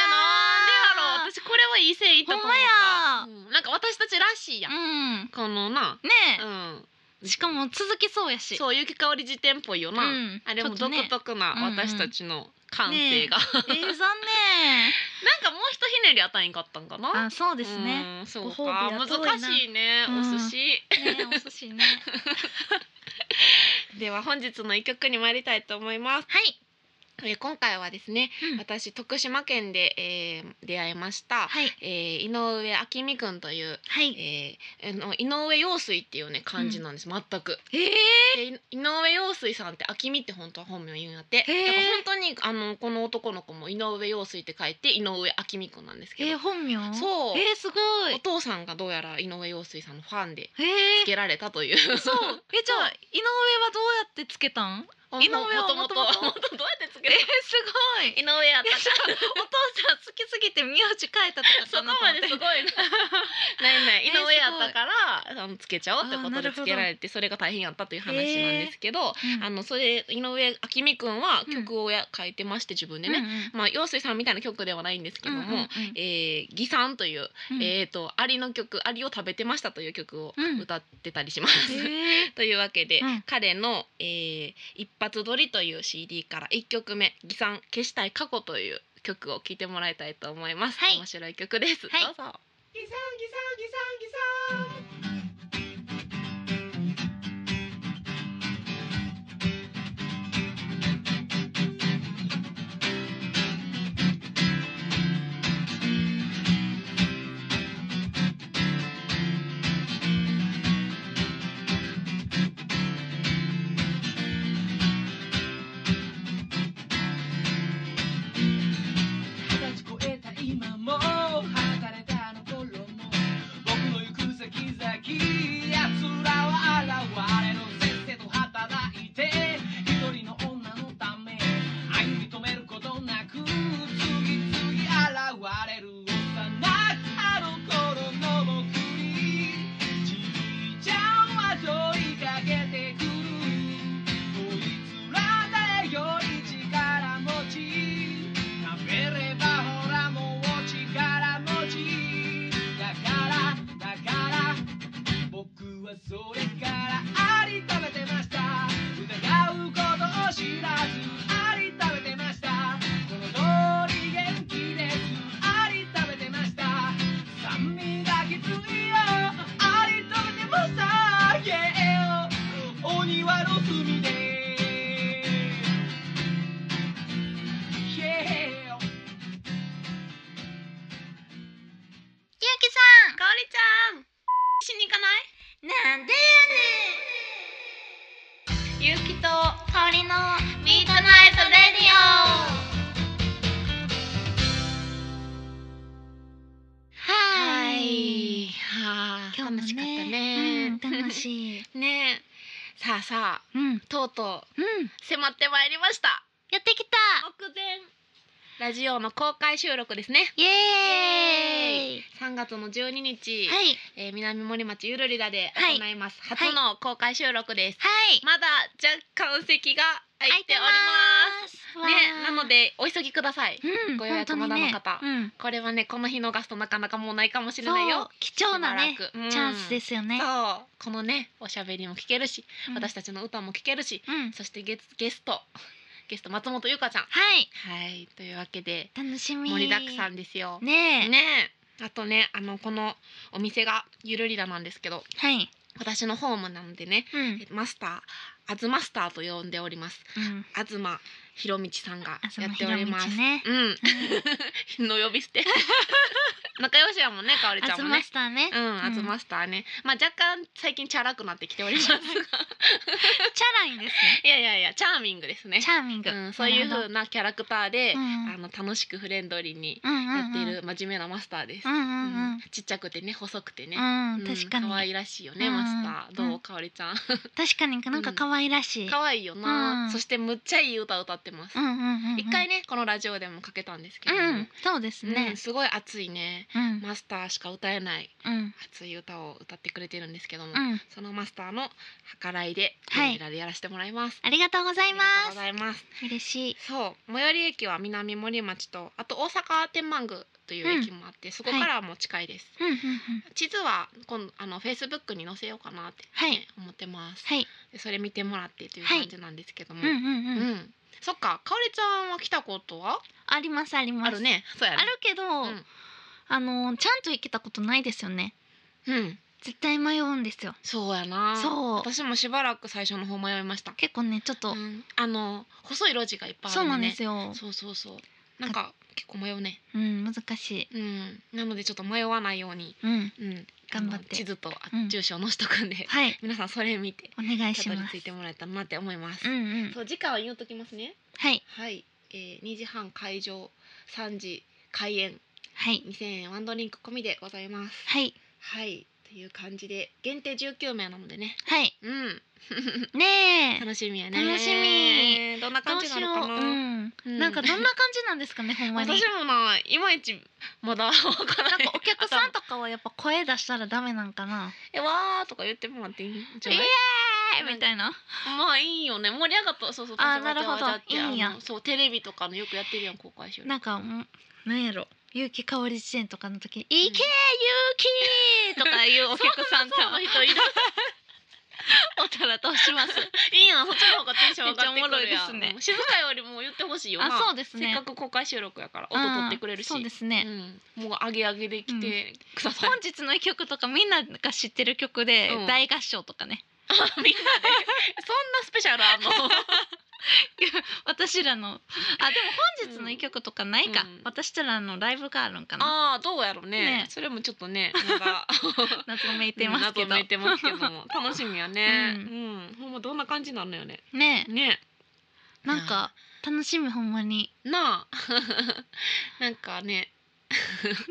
Speaker 2: ろう私これはいい線いったと思った
Speaker 1: ほん
Speaker 2: うんなんか私たちらしいやん、
Speaker 1: うん、ね
Speaker 2: このな
Speaker 1: え、
Speaker 2: ん
Speaker 1: しかも続きそうやし。
Speaker 2: そう有機香り辞典っぽいよな、
Speaker 1: うん
Speaker 2: あれも
Speaker 1: ちょっ
Speaker 2: 独
Speaker 1: とね
Speaker 2: 特な私たちの感性が、
Speaker 1: えー、残
Speaker 2: <laughs>
Speaker 1: 念。
Speaker 2: なんかもうひとひねりあたりんかったんかな
Speaker 1: あ、そうですね。
Speaker 2: うん。そう
Speaker 1: ご
Speaker 2: か
Speaker 1: 褒美や遠いな
Speaker 2: 難しいね、
Speaker 1: うん
Speaker 2: お寿司。
Speaker 1: ねえ、お寿司ね。
Speaker 2: では本日の一曲に参りたいと思います。
Speaker 1: はい。
Speaker 2: えー今回はですね、
Speaker 1: うん
Speaker 2: 私徳島県で、えー出会いました。
Speaker 1: はい。
Speaker 2: えー井上明美くんという、
Speaker 1: はい。
Speaker 2: えー、あの井上陽水っていうね漢字なんです、全く
Speaker 1: ええ
Speaker 2: でい井上陽水さんって明美って本当は本名言うんやってだから
Speaker 1: へー
Speaker 2: 本当にあのこの男の子も井上陽水って書いて井上明美くんなんですけ
Speaker 1: えー、
Speaker 2: ど、
Speaker 1: 本名。う。
Speaker 2: そう、
Speaker 1: えー、すご
Speaker 2: お
Speaker 1: い。
Speaker 2: 父さんがどうやら井上陽水さんのファンで
Speaker 1: え
Speaker 2: つ
Speaker 1: ー。 <laughs>
Speaker 2: <laughs> けられたという、
Speaker 1: そう。え、じゃあ、井上はどうやってつけたん。
Speaker 2: 井上は
Speaker 1: 元
Speaker 2: もともとどうや
Speaker 1: 々
Speaker 2: ってつ
Speaker 1: え
Speaker 2: け
Speaker 1: ー
Speaker 2: る
Speaker 1: すごい
Speaker 2: 井上やったか
Speaker 1: お父さん好きすぎて名字変えたとかか
Speaker 2: そこ
Speaker 1: なと
Speaker 2: ま
Speaker 1: 思っ
Speaker 2: で
Speaker 1: て
Speaker 2: すごいなないない
Speaker 1: え
Speaker 2: 井
Speaker 1: ーすご
Speaker 2: 上
Speaker 1: い
Speaker 2: やったからあのつけちゃおうって
Speaker 1: あー
Speaker 2: こ
Speaker 1: な
Speaker 2: と
Speaker 1: る
Speaker 2: で
Speaker 1: ほど
Speaker 2: つけられてそれが大変やったという話なんですけどあ
Speaker 1: の
Speaker 2: のそれ井上明美くんは
Speaker 1: うん
Speaker 2: 曲をや書いてまして自分でねまあ陽水さんみたいな曲ではないんですけども「えー義さん」というえー、とアリの曲「アリを食べてました」という曲を
Speaker 1: うん
Speaker 2: 歌ってたりします。 <laughs> というわけで、
Speaker 1: うん
Speaker 2: 彼の、えー一発撮り」という CD から1曲目「偽算消したい過去」という曲を聴いてもらいたいと思います。
Speaker 1: はい
Speaker 2: 面白い曲です、
Speaker 1: はい
Speaker 2: どうぞ
Speaker 3: ギサンギサンギサンギサン
Speaker 4: 二十歳超えた今も離れたあの頃も僕の行く先々奴らは現れるせっせと働いて一人の女のため歩み止めることなく次々現れる幼あの頃の僕にじいちゃんは問いかけてくるこいつら誰より力持ち食べればほらもう力持ちだからだから僕はそれからアリ食べてました疑うことを知らずアリ食べてましたこの通り元気ですアリ食べてました酸味がきついよアリ食べてました Yeah お庭の隅で Yeah
Speaker 1: ゆうきさんかおりちゃん
Speaker 2: しに行かない
Speaker 1: なんで
Speaker 2: ゆうきと
Speaker 1: やねん香りの
Speaker 2: ミートナイトレディオ
Speaker 1: は
Speaker 2: は
Speaker 1: ー
Speaker 2: い
Speaker 1: い
Speaker 2: は
Speaker 1: 今日も
Speaker 2: 楽しかったね、
Speaker 1: うん楽しい
Speaker 2: ねえさあさ
Speaker 1: <laughs> うんうん
Speaker 2: あとうとう迫ってまいりました
Speaker 1: やってきた
Speaker 2: 目前ラジオの公開収録ですね
Speaker 1: イエーイ
Speaker 2: 3月の12日、
Speaker 1: はい
Speaker 2: えー南森町ゆるりらで
Speaker 1: はい
Speaker 2: 行います、
Speaker 1: はい
Speaker 2: 初の公開収録です、
Speaker 1: はい
Speaker 2: まだ若干席が空いており
Speaker 1: す
Speaker 2: ますね、なのでお急ぎください、
Speaker 1: うん
Speaker 2: ご予約
Speaker 1: 本当にね
Speaker 2: まだの方
Speaker 1: うん
Speaker 2: これはねこの日逃すとなかなかもうないかもしれない
Speaker 1: そう
Speaker 2: よ
Speaker 1: 貴重なね
Speaker 2: しばらくうん
Speaker 1: チャンスですよね
Speaker 2: そうこのねおしゃべりも聞けるし、
Speaker 1: うん
Speaker 2: 私たちの歌も聞けるし
Speaker 1: うん
Speaker 2: そしてゲスゲストゲスト松本ゆかちゃん
Speaker 1: はい
Speaker 2: はいというわけで
Speaker 1: 楽しみ
Speaker 2: 盛りだくさんですよ、
Speaker 1: ねえ
Speaker 2: ねえあとねあのこのお店がゆるりらなんですけど
Speaker 1: はい
Speaker 2: 私のホームなのでね
Speaker 1: うん
Speaker 2: マスターアズマスターと呼んでおります
Speaker 1: うん
Speaker 2: 東博道さんが
Speaker 1: あそ
Speaker 2: や
Speaker 1: の
Speaker 2: って
Speaker 1: ひ
Speaker 2: お
Speaker 1: ろ
Speaker 2: り
Speaker 1: み
Speaker 2: ます
Speaker 1: ちね <laughs>
Speaker 2: うんの呼び捨て仲良しやもんねかおりち
Speaker 1: あ
Speaker 2: ゃん
Speaker 1: ず
Speaker 2: も
Speaker 1: ま
Speaker 2: ね
Speaker 1: したね
Speaker 2: うん、アズ
Speaker 1: うん
Speaker 2: マスターね、まあ若干最近チャラくなってきており
Speaker 1: <laughs>
Speaker 2: ますが
Speaker 1: チャラいんですね
Speaker 2: いやいやいやチャーミングですね
Speaker 1: チャーミング
Speaker 2: うん、そういう風なキャラクターで、
Speaker 1: うん
Speaker 2: あの楽しくフレンドリーにや
Speaker 1: や
Speaker 2: っている真面目なマスターです
Speaker 1: う、んうん
Speaker 2: う
Speaker 1: うん
Speaker 2: んちっちゃくてね細くてね、
Speaker 1: うん
Speaker 2: うん
Speaker 1: 確かに
Speaker 2: 可愛らしいよね、
Speaker 1: うん
Speaker 2: マスター
Speaker 1: うん
Speaker 2: どうかおりちゃん
Speaker 1: 確かになんか可愛らしい
Speaker 2: 可愛いよな、
Speaker 1: うん
Speaker 2: そしてむっちゃいい歌歌ってます、
Speaker 1: うんうんうんうん
Speaker 2: 一回ねこのラジオでもかけたんですけ
Speaker 1: う
Speaker 2: ども、
Speaker 1: んそうです
Speaker 2: う
Speaker 1: ね
Speaker 2: んすごい熱いね
Speaker 1: うん
Speaker 2: マスターしか歌えない
Speaker 1: うん
Speaker 2: 熱い歌を歌ってくれてるんですけども、
Speaker 1: うん
Speaker 2: そのマスターの計らいで
Speaker 1: はい
Speaker 2: ラでやらせてもらいます、
Speaker 1: ありがとうございま
Speaker 2: ありがとうご
Speaker 1: す
Speaker 2: ざいます
Speaker 1: 嬉しい
Speaker 2: そう最寄り駅は南森町とあと大阪天満宮という駅もあって、そこからはもう近いです、
Speaker 1: うんうんうん
Speaker 2: 地図は今度あのフェイスブックに載せようかなって、
Speaker 1: はい
Speaker 2: 思ってます、
Speaker 1: はい
Speaker 2: でそれ見てもらってという
Speaker 1: はい
Speaker 2: 感じなんですけども、
Speaker 1: うんうん
Speaker 2: う
Speaker 1: うん
Speaker 2: んそっかかおりちゃんは来たことは
Speaker 1: ありますあります
Speaker 2: あるねそうや
Speaker 1: あ
Speaker 2: ね
Speaker 1: るけど
Speaker 2: うん
Speaker 1: あのちゃんと行けたことないですよね
Speaker 2: うん
Speaker 1: 絶対迷うんですよ
Speaker 2: そうやな
Speaker 1: そう
Speaker 2: 私もしばらく最初の方迷いました
Speaker 1: 結構ねちょっと
Speaker 2: うんあの細い路地がいっぱいあ
Speaker 1: そう
Speaker 2: るの
Speaker 1: なん
Speaker 2: ね
Speaker 1: ですよ
Speaker 2: そうそうそうなんか結構迷うね
Speaker 1: うん難しい
Speaker 2: うんなのでちょっと迷わないように
Speaker 1: うん
Speaker 2: うん
Speaker 1: 頑張って
Speaker 2: あの地図とあ
Speaker 1: うん
Speaker 2: 住所を載せとくんで、
Speaker 1: はい
Speaker 2: <laughs> 皆さんそれ見て
Speaker 1: お願いした
Speaker 2: どり
Speaker 1: ま
Speaker 2: 着
Speaker 1: す
Speaker 2: いてもらえたらなって思います、
Speaker 1: うんうん
Speaker 2: そう時間は言うときますね
Speaker 1: はい
Speaker 2: はい、えー、2時半開場3時開演
Speaker 1: はい
Speaker 2: 2000円ワンドリンク込みでございます
Speaker 1: はい
Speaker 2: はいとっていう感じで限定19名なのでね
Speaker 1: はい
Speaker 2: うん
Speaker 1: ねえ
Speaker 2: 楽しみやね
Speaker 1: 楽しみ
Speaker 2: どんな
Speaker 1: ど
Speaker 2: 感
Speaker 1: う
Speaker 2: じ
Speaker 1: し
Speaker 2: な
Speaker 1: よ
Speaker 2: のか
Speaker 1: う、う
Speaker 2: な、
Speaker 1: ん
Speaker 2: うん
Speaker 1: なんかどんな感じなんですかねほんまに
Speaker 2: 私もないまいちまだわから
Speaker 1: な
Speaker 2: なんい
Speaker 1: かお客さんとかはやっぱ声出したらダメなんか
Speaker 2: <laughs>
Speaker 1: な
Speaker 2: えわーとか言ってもらっていいんじゃない
Speaker 1: えーみたいな
Speaker 2: まあいいよね盛り上がったそうそう
Speaker 1: あーなるほど
Speaker 2: わちゃわちゃって
Speaker 1: いいんや
Speaker 2: あのそうテレビとかのよくやってるやん公開収録
Speaker 1: なんかんなんやろ結城かおり支援とかの時「いけゆうき!」とかいうお客さんたまに人いるおったらどうします
Speaker 2: <laughs> いいやんそっちの方がテンション上がって
Speaker 1: めっちゃおも
Speaker 2: くるやん
Speaker 1: ろいですね
Speaker 2: うん静かよりも言ってほしいよ
Speaker 1: あ
Speaker 2: な
Speaker 1: そうですね
Speaker 2: せっかく公開収録やから音取ってくれるし
Speaker 1: そうですね、
Speaker 2: うん、もう上げ上げできてください、
Speaker 1: 本日の一曲とかみんなが知ってる曲で
Speaker 2: うん
Speaker 1: 大合唱とかね、
Speaker 2: みんな
Speaker 1: <laughs>
Speaker 2: でそんなスペシャルあんの
Speaker 1: 私らのあでも本日の一曲とかないか、
Speaker 2: うん
Speaker 1: 私らのライブがあるんかな
Speaker 2: ああどうやろうね
Speaker 1: ね
Speaker 2: それもちょっとねまだ
Speaker 1: 謎めいてますけ
Speaker 2: うん
Speaker 1: ど、
Speaker 2: 謎めいてますけども楽しみや
Speaker 1: <laughs>
Speaker 2: ね
Speaker 1: う
Speaker 2: うん、ほんまどんな感じなのよね
Speaker 1: ね
Speaker 2: ね
Speaker 1: えなんか楽しみほんまに
Speaker 2: なあ <laughs> なんかね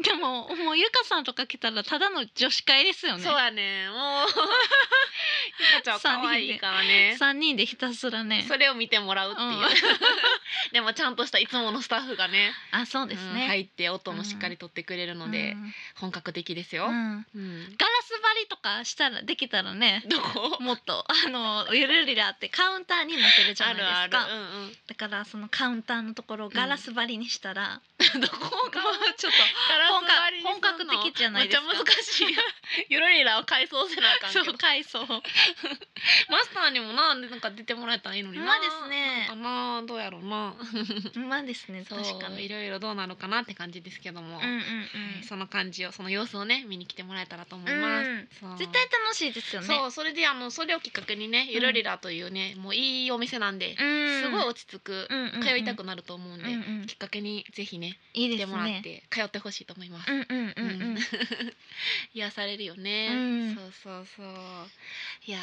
Speaker 1: でももうゆかさんとか来たらただの女子会ですよね
Speaker 2: そうや
Speaker 1: <laughs>
Speaker 2: ねもうゆかちゃん可愛いからね
Speaker 1: 3人でひたすらね
Speaker 2: それを見てもらうっていう、
Speaker 1: うん
Speaker 2: <laughs> でもちゃんとしたいつものスタッフがね
Speaker 1: あそうです
Speaker 2: うん入
Speaker 1: ね、
Speaker 2: って音もしっかり取ってくれる
Speaker 1: うん
Speaker 2: ので、本格的ですよ、
Speaker 1: うん
Speaker 2: うん
Speaker 1: ガラス張りとかしたらできたらね
Speaker 2: どこ
Speaker 1: もっとあのゆるりらってカウンターになってるじゃな
Speaker 2: あ
Speaker 1: いですか
Speaker 2: るある、うんうん、
Speaker 1: だからそのカウンターのところをガラス張りにしたら、
Speaker 2: <laughs> どこが
Speaker 1: もうちょっと本格本格的じゃないですか
Speaker 2: めっちゃ難しいゆるりらを改装せなあかんけ
Speaker 1: そ
Speaker 2: ど
Speaker 1: う階層ま
Speaker 2: マスターにもななんか出てもらえたらいいのにな
Speaker 1: ですね
Speaker 2: かなどうやろう
Speaker 1: <laughs>
Speaker 2: な
Speaker 1: まあですね
Speaker 2: そう
Speaker 1: 確か
Speaker 2: い
Speaker 1: に
Speaker 2: ろいろどうなのかなって感じですけども、
Speaker 1: うんうんうん
Speaker 2: はいその感じをその様子をね見に来てもらえたらと思います、
Speaker 1: うん
Speaker 2: そう
Speaker 1: 絶対楽しいですよね
Speaker 2: そうそれであのそれをきっかけにねゆるりらというね、もういいお店なんで、
Speaker 1: うん
Speaker 2: すごい落ち着く、
Speaker 1: うんうんうん
Speaker 2: 通いたくなると思うんで、
Speaker 1: うんうん
Speaker 2: きっかけにぜひね
Speaker 1: いい
Speaker 2: 来
Speaker 1: で
Speaker 2: て
Speaker 1: す
Speaker 2: もらっ
Speaker 1: ね
Speaker 2: て通ってほしいと思います
Speaker 1: う。んうんうんうん
Speaker 2: 癒されるよね、
Speaker 1: うん
Speaker 2: そうそうそういや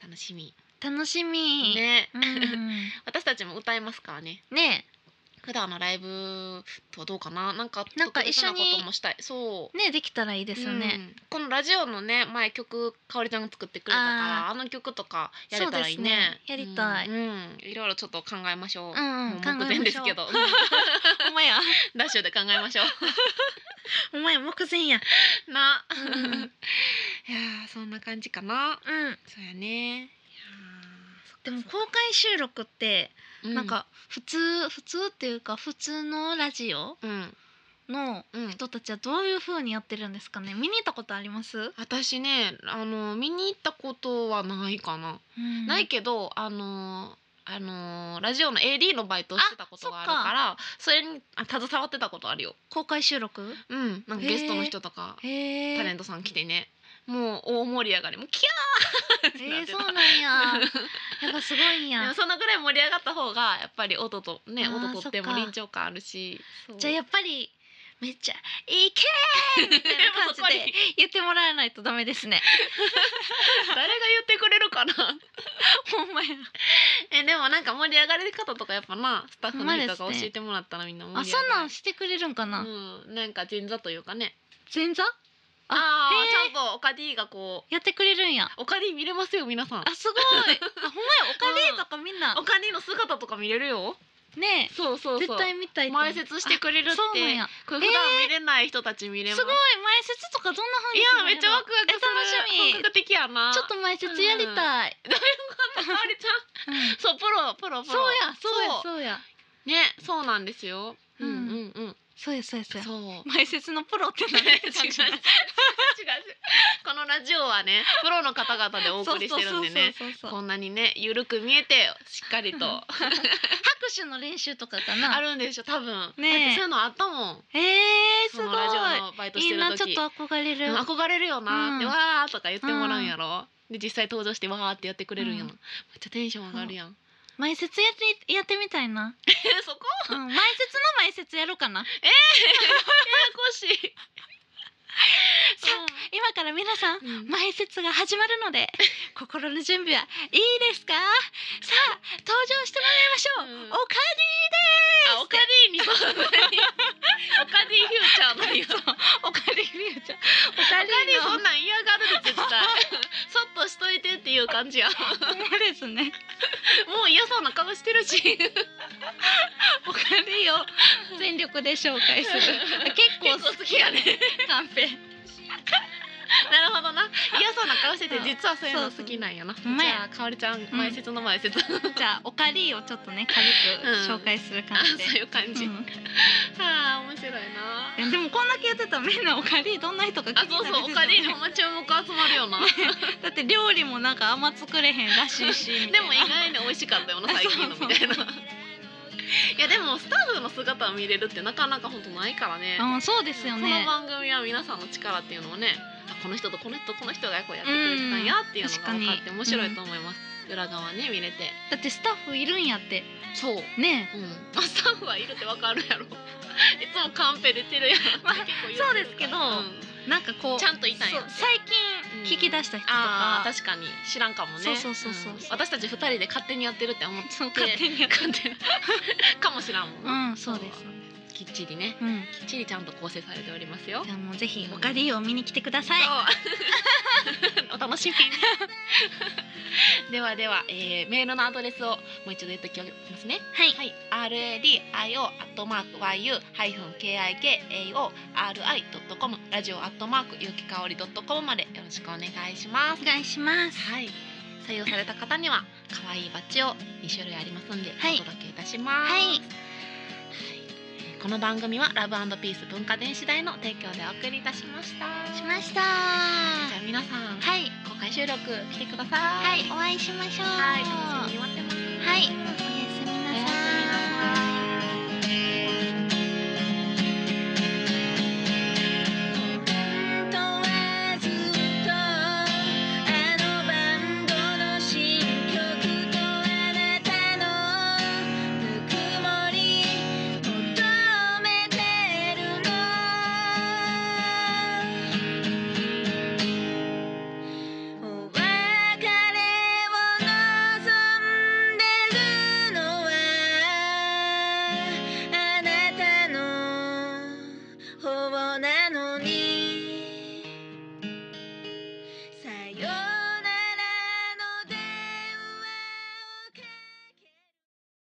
Speaker 2: ー楽しみ
Speaker 1: 楽しみ、
Speaker 2: ね、
Speaker 1: うんうん
Speaker 2: 私たちも歌いますからね
Speaker 1: ね
Speaker 2: 普段のライブとはどうかななんか
Speaker 1: なんか一緒に
Speaker 2: 特別なこともしたいそう
Speaker 1: えねえできたらいいですよね、
Speaker 2: うんこのラジオのね前曲かおりちゃんが作ってくれたからあの曲とかやれたらいいね
Speaker 1: そうですねやりたい
Speaker 2: うんうんいろいろちょっと考えましょう、
Speaker 1: うんうん
Speaker 2: も
Speaker 1: 考えましょう
Speaker 2: 目前ですけど
Speaker 1: <laughs> ほんまや。
Speaker 2: <laughs> ダッシュで考えましょ <laughs>
Speaker 1: ほんまや、目前や。
Speaker 2: うな、
Speaker 1: うんうん
Speaker 2: <laughs> いやーそんな感じかな
Speaker 1: うん。
Speaker 2: そうやねいやー
Speaker 1: でも公開収録って、
Speaker 2: う
Speaker 1: なんか普通、普通っていうか、普通のラジオ
Speaker 2: うん
Speaker 1: の
Speaker 2: うん
Speaker 1: 人たちはどういう風にやってるんですかね。見に行ったことあります。
Speaker 2: 私ねあの見に行ったことはないかな、ないけどあのあのラジオの AD のバイトをしてたことがあるからそれにあ携わってたことあるよ
Speaker 1: 公開収録。
Speaker 2: うんなんか
Speaker 1: へー
Speaker 2: ゲストの人とか
Speaker 1: へえ。 <laughs>
Speaker 2: タレントさん来てねもう大盛り上がりもうキャーって
Speaker 1: え
Speaker 2: なっ
Speaker 1: ー、
Speaker 2: て
Speaker 1: そ
Speaker 2: た、
Speaker 1: う <laughs> なんや。やっぱすごいん
Speaker 2: でも
Speaker 1: や。
Speaker 2: そのぐらい盛り上がった方がやっぱり音とね
Speaker 1: あー
Speaker 2: 音とって
Speaker 1: そ
Speaker 2: も
Speaker 1: っか
Speaker 2: 臨場感あるしそう
Speaker 1: じゃあやっぱり。めっちゃ「いけ!」みたいな <laughs> 感じ
Speaker 2: やっぱそこ
Speaker 1: で言ってもらわないとダメですね。
Speaker 2: 誰が言ってくれるかな
Speaker 1: <laughs>
Speaker 2: <laughs>
Speaker 1: ほんまや。
Speaker 2: えでもなんか盛り上がり方とかやっぱなスタッフの人が
Speaker 1: ほんま
Speaker 2: 教
Speaker 1: ですね
Speaker 2: えてもらったらみんな盛
Speaker 1: あ、
Speaker 2: り
Speaker 1: そ
Speaker 2: 上
Speaker 1: ん
Speaker 2: が
Speaker 1: な
Speaker 2: る
Speaker 1: んしてくれるんかな。
Speaker 2: うん、なんか前座というかね
Speaker 1: 前座
Speaker 2: あ
Speaker 1: へ
Speaker 2: あ
Speaker 1: ー
Speaker 2: ちゃんとオカディがこ
Speaker 1: やってくれるんや。
Speaker 2: うオカディ見れますよ皆さん
Speaker 1: あすごい。あほんま
Speaker 2: <laughs>
Speaker 1: やお金とかみんな、
Speaker 2: オカディの姿とか見れるよ
Speaker 1: ね
Speaker 2: そうそうそう
Speaker 1: 絶対見たいと思う
Speaker 2: 前説してくれるっ
Speaker 1: あそうなん
Speaker 2: て
Speaker 1: や。
Speaker 2: これ普段見れない人たち見れますす、
Speaker 1: ごい前説とかどんな風
Speaker 2: い
Speaker 1: に
Speaker 2: やめっちゃワ
Speaker 1: わ
Speaker 2: クワクする
Speaker 1: え楽しみ
Speaker 2: 本格的やな
Speaker 1: ちょっと前説やりたい。
Speaker 2: かおりちゃ
Speaker 1: うん
Speaker 2: んそうプロプロプ
Speaker 1: そう
Speaker 2: ロ
Speaker 1: やそうや
Speaker 2: そう
Speaker 1: そうや
Speaker 2: ねそうなんですよ
Speaker 1: う
Speaker 2: うんんうんうん
Speaker 1: そうやそうやそうや。
Speaker 2: そう
Speaker 1: 前説のプロって
Speaker 2: 違う
Speaker 1: 何
Speaker 2: 違う違う
Speaker 1: って感じなんです
Speaker 2: <laughs> このラジオはねプロの方々でお送りしてるんでね
Speaker 1: そうそうそうそうそう
Speaker 2: こんなにねゆるく見えてしっかりと
Speaker 1: 拍手の練習とかかな。
Speaker 2: <laughs> あるんでしょ多分
Speaker 1: ねえ
Speaker 2: だってそういうのあったもん
Speaker 1: えー、す
Speaker 2: そ
Speaker 1: ご
Speaker 2: のラジオのバイト
Speaker 1: い。
Speaker 2: し
Speaker 1: い
Speaker 2: て
Speaker 1: い
Speaker 2: る
Speaker 1: なちょっ
Speaker 2: 時
Speaker 1: と憧れる。
Speaker 2: うん憧れるよなって、
Speaker 1: うん
Speaker 2: わーとか言ってもらうんやろ、で実際登場してわーってやってくれるんやん、
Speaker 1: うん
Speaker 2: めっちゃテンション上がるやん、
Speaker 1: <laughs> 前説やってやってみたいな。
Speaker 2: えそこ
Speaker 1: うん、前説の前説やろうか
Speaker 2: <laughs>
Speaker 1: な。
Speaker 2: ややこしい
Speaker 1: さ今から皆さん
Speaker 2: うんうん
Speaker 1: 前説が始まるの
Speaker 2: <laughs>
Speaker 1: で心の準備はいいですかさあ登場してもらいましょう、
Speaker 2: うん
Speaker 1: おか
Speaker 2: あオカディにそうなにオカディフューチャーのよオ
Speaker 1: おかりみゆちゃんお
Speaker 2: カディ
Speaker 1: かり
Speaker 2: そ
Speaker 1: の
Speaker 2: んなん嫌がるでいう感じやも
Speaker 1: ほんまですね
Speaker 2: う嫌そうな顔してるし
Speaker 1: お金を全力で紹介する <laughs> 結
Speaker 2: 結
Speaker 1: 構
Speaker 2: 構好きやね
Speaker 1: カンペ
Speaker 2: なるほどな嫌そうな顔してて
Speaker 1: うん
Speaker 2: 実はそういうの好きなんやな
Speaker 1: うほんま
Speaker 2: じ
Speaker 1: や
Speaker 2: ゃあかおりちゃん前説の前説、 <laughs> あ
Speaker 1: じゃあお借りをちょっとね軽く紹介する感じで
Speaker 2: そういう感じ、
Speaker 1: う
Speaker 2: は
Speaker 1: ん
Speaker 2: あ面白いない
Speaker 1: やでもこんだけやってたらみんなおかりどんな人か気
Speaker 2: あ
Speaker 1: にな
Speaker 2: そう
Speaker 1: <laughs>
Speaker 2: そうお
Speaker 1: る
Speaker 2: かりにほんま注目集まるよな
Speaker 1: だって料理もなんかあんま作れへんらしいしみたい
Speaker 2: で
Speaker 1: な
Speaker 2: も意外に美味し
Speaker 1: <laughs>
Speaker 2: かったよな最近のみたいな <laughs> いやでもスタッフの姿を見れるってなかなか本当ないからね
Speaker 1: うんそうですよ
Speaker 2: この
Speaker 1: ね
Speaker 2: 番組は皆さんの力っていうのをねあこの人とこの人とこの人がこうやってくれてたんやっていうのが分かって
Speaker 1: うん
Speaker 2: 面白いと思います、裏側ね見れて
Speaker 1: だってスタッフいるんやって
Speaker 2: そう
Speaker 1: ね
Speaker 2: うん、あスタッフはいるってわかるやろ <laughs> いつもカンペ出てるやん、
Speaker 1: まあ
Speaker 2: 結構言
Speaker 1: そう
Speaker 2: て
Speaker 1: で
Speaker 2: る
Speaker 1: すけど
Speaker 2: から
Speaker 1: なんかこ
Speaker 2: う
Speaker 1: うん
Speaker 2: ちゃんといたんや
Speaker 1: そう最近聞き出した人と
Speaker 2: あ
Speaker 1: か
Speaker 2: ー、確かに知らんかもね
Speaker 1: そうそうそうそうん
Speaker 2: 私たち二人で勝手にやってるって思って
Speaker 1: そう勝手にやっ
Speaker 2: 勝
Speaker 1: <laughs>
Speaker 2: 手にかもしらんもんな、
Speaker 1: うんそうです
Speaker 2: きっちりね
Speaker 1: うん
Speaker 2: きっちりちゃんと構成されておりますよ
Speaker 1: じゃあもうぜひおかりを見に来てください
Speaker 2: そうお楽しみに <laughs> ではでは、えー、メールのアドレスをもう一度言っておきますね
Speaker 1: はい
Speaker 2: はい、RADIO アットマーク YU ハイフン KIKAORI ドットコムラジオアットマークゆきかおりドットコムまでよろしくお願いします
Speaker 1: お。願いします
Speaker 2: はい、採用された方には可愛いバッジを二種類ありますんで、
Speaker 1: はい
Speaker 2: お届けいたします。
Speaker 1: はい
Speaker 2: はいこの番組はラブピース文化電子台の提供でお送りいたしました。
Speaker 1: しました
Speaker 2: じゃあ皆さん、
Speaker 1: はい
Speaker 2: 公開収録来てくださ
Speaker 1: はい
Speaker 2: い。
Speaker 1: お会いしましょう
Speaker 2: はい、楽しみに待ってます。
Speaker 1: はいおや